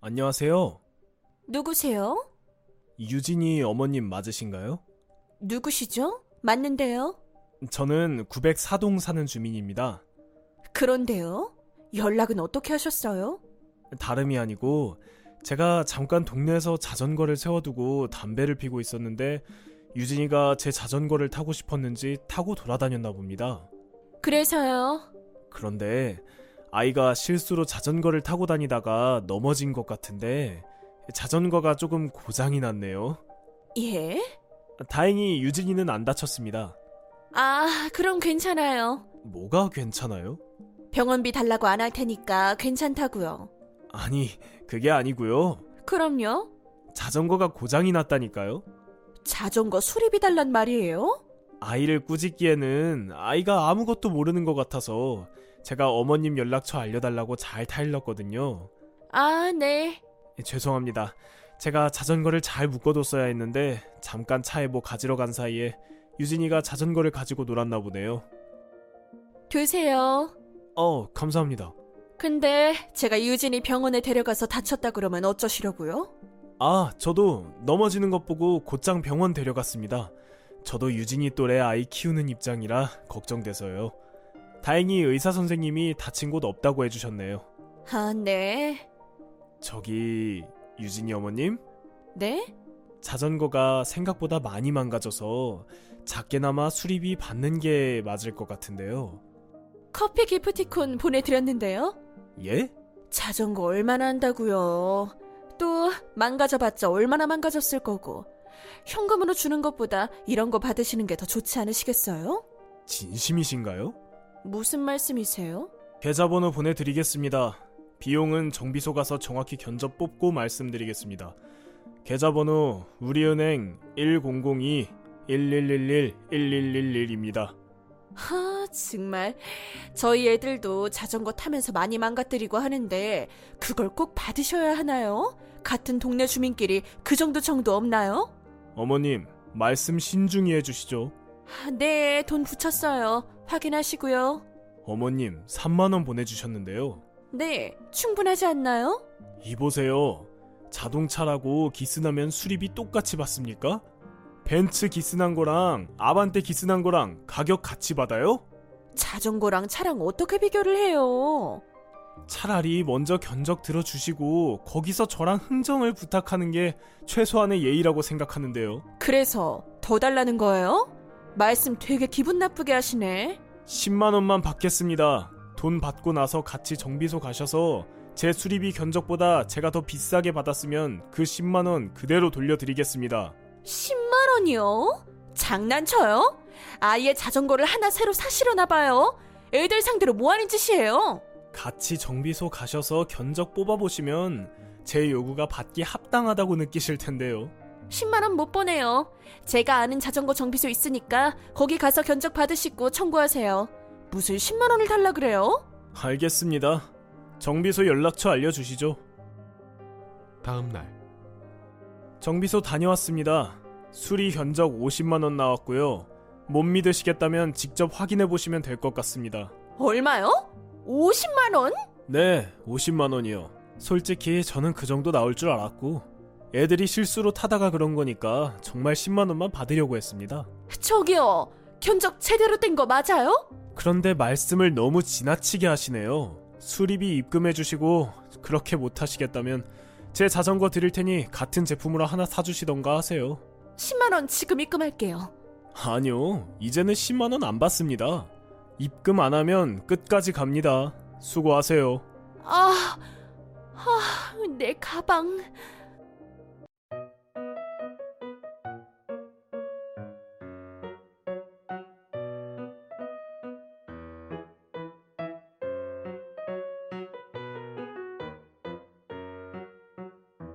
안녕하세요. 누구세요? 유진이 어머님 맞으신가요? 누구시죠? 맞는데요? 저는 904동 사는 주민입니다. 그런데요? 연락은 어떻게 하셨어요? 다름이 아니고 제가 잠깐 동네에서 자전거를 세워두고 담배를 피고 있었는데 유진이가 제 자전거를 타고 싶었는지 타고 돌아다녔나 봅니다. 그래서요? 그런데 아이가 실수로 자전거를 타고 다니다가 넘어진 것 같은데 자전거가 조금 고장이 났네요. 예? 다행히 유진이는 안 다쳤습니다. 아, 그럼 괜찮아요. 뭐가 괜찮아요? 병원비 달라고 안 할 테니까 괜찮다고요. 아니, 그게 아니고요. 그럼요? 자전거가 고장이 났다니까요. 자전거 수리비 달란 말이에요? 아이를 꾸짖기에는 아이가 아무것도 모르는 것 같아서 제가 어머님 연락처 알려달라고 잘 타일렀거든요. 예, 아, 네. 죄송합니다. 제가 자전거를 잘 묶어뒀어야 했는데 잠깐 차에 뭐 가지러 간 사이에 유진이가 자전거를 가지고 놀았나 보네요. 드세요. 어, 감사합니다. 근데 제가 유진이 병원에 데려가서 다쳤다 그러면 어쩌시려고요? 아, 저도 넘어지는 것 보고 곧장 병원 데려갔습니다. 저도 유진이 또래 아이 키우는 입장이라 걱정돼서요. 다행히 의사 선생님이 다친 곳 없다고 해주셨네요. 아, 네. 저기 유진이 어머님 네? 자전거가 생각보다 많이 망가져서 작게나마 수리비 받는 게 맞을 것 같은데요. 커피 기프티콘 보내드렸는데요? 예? 자전거 얼마나 한다고요? 또 망가져봤자 얼마나 망가졌을 거고 현금으로 주는 것보다 이런 거 받으시는 게 더 좋지 않으시겠어요? 진심이신가요? 무슨 말씀이세요? 계좌번호 보내드리겠습니다. 비용은 정비소 가서 정확히 견적 뽑고 말씀드리겠습니다. 계좌번호 우리은행 1002 1111 1111입니다. 하 정말 저희 애들도 자전거 타면서 많이 망가뜨리고 하는데 그걸 꼭 받으셔야 하나요? 같은 동네 주민끼리 그 정도 정도 없나요? 어머님 말씀 신중히 해주시죠. 아, 네, 돈 붙였어요. 확인하시고요. 어머님 3만 원 보내주셨는데요. 네, 충분하지 않나요? 이보세요. 자동차라고 기스나면 수리비 똑같이 받습니까? 벤츠 기스난 거랑 아반떼 기스난 거랑 가격 같이 받아요? 자전거랑 차랑 어떻게 비교를 해요? 차라리 먼저 견적 들어주시고 거기서 저랑 흥정을 부탁하는 게 최소한의 예의라고 생각하는데요. 그래서 더 달라는 거예요? 말씀 되게 기분 나쁘게 하시네. 10만 원만 받겠습니다. 돈 받고 나서 같이 정비소 가셔서 제 수리비 견적보다 제가 더 비싸게 받았으면 그 10만 원 그대로 돌려드리겠습니다. 10만 원이요? 장난쳐요? 아예 자전거를 하나 새로 사시려나 봐요. 애들 상대로 뭐 하는 짓이에요? 같이 정비소 가셔서 견적 뽑아보시면 제 요구가 받기 합당하다고 느끼실 텐데요. 10만 원 못 보내요. 제가 아는 자전거 정비소 있으니까 거기 가서 견적 받으시고 청구하세요. 무슨 10만 원을 달라 그래요? 알겠습니다. 정비소 연락처 알려주시죠. 다음 날 정비소 다녀왔습니다. 수리 견적 50만 원 나왔고요. 못 믿으시겠다면 직접 확인해 보시면 될 것 같습니다. 얼마요? 50만 원? 네, 50만 원이요. 솔직히 저는 그 정도 나올 줄 알았고 애들이 실수로 타다가 그런 거니까 정말 10만 원만 받으려고 했습니다. 저기요. 견적 제대로 된 거 맞아요? 그런데 말씀을 너무 지나치게 하시네요. 수리비 입금해 주시고 그렇게 못 하시겠다면 제 자전거 드릴 테니 같은 제품으로 하나 사주시던가 하세요. 10만 원 지금 입금할게요. 아니요, 이제는 10만 원 안 받습니다. 입금 안 하면 끝까지 갑니다. 수고하세요. 아, 아, 내 가방.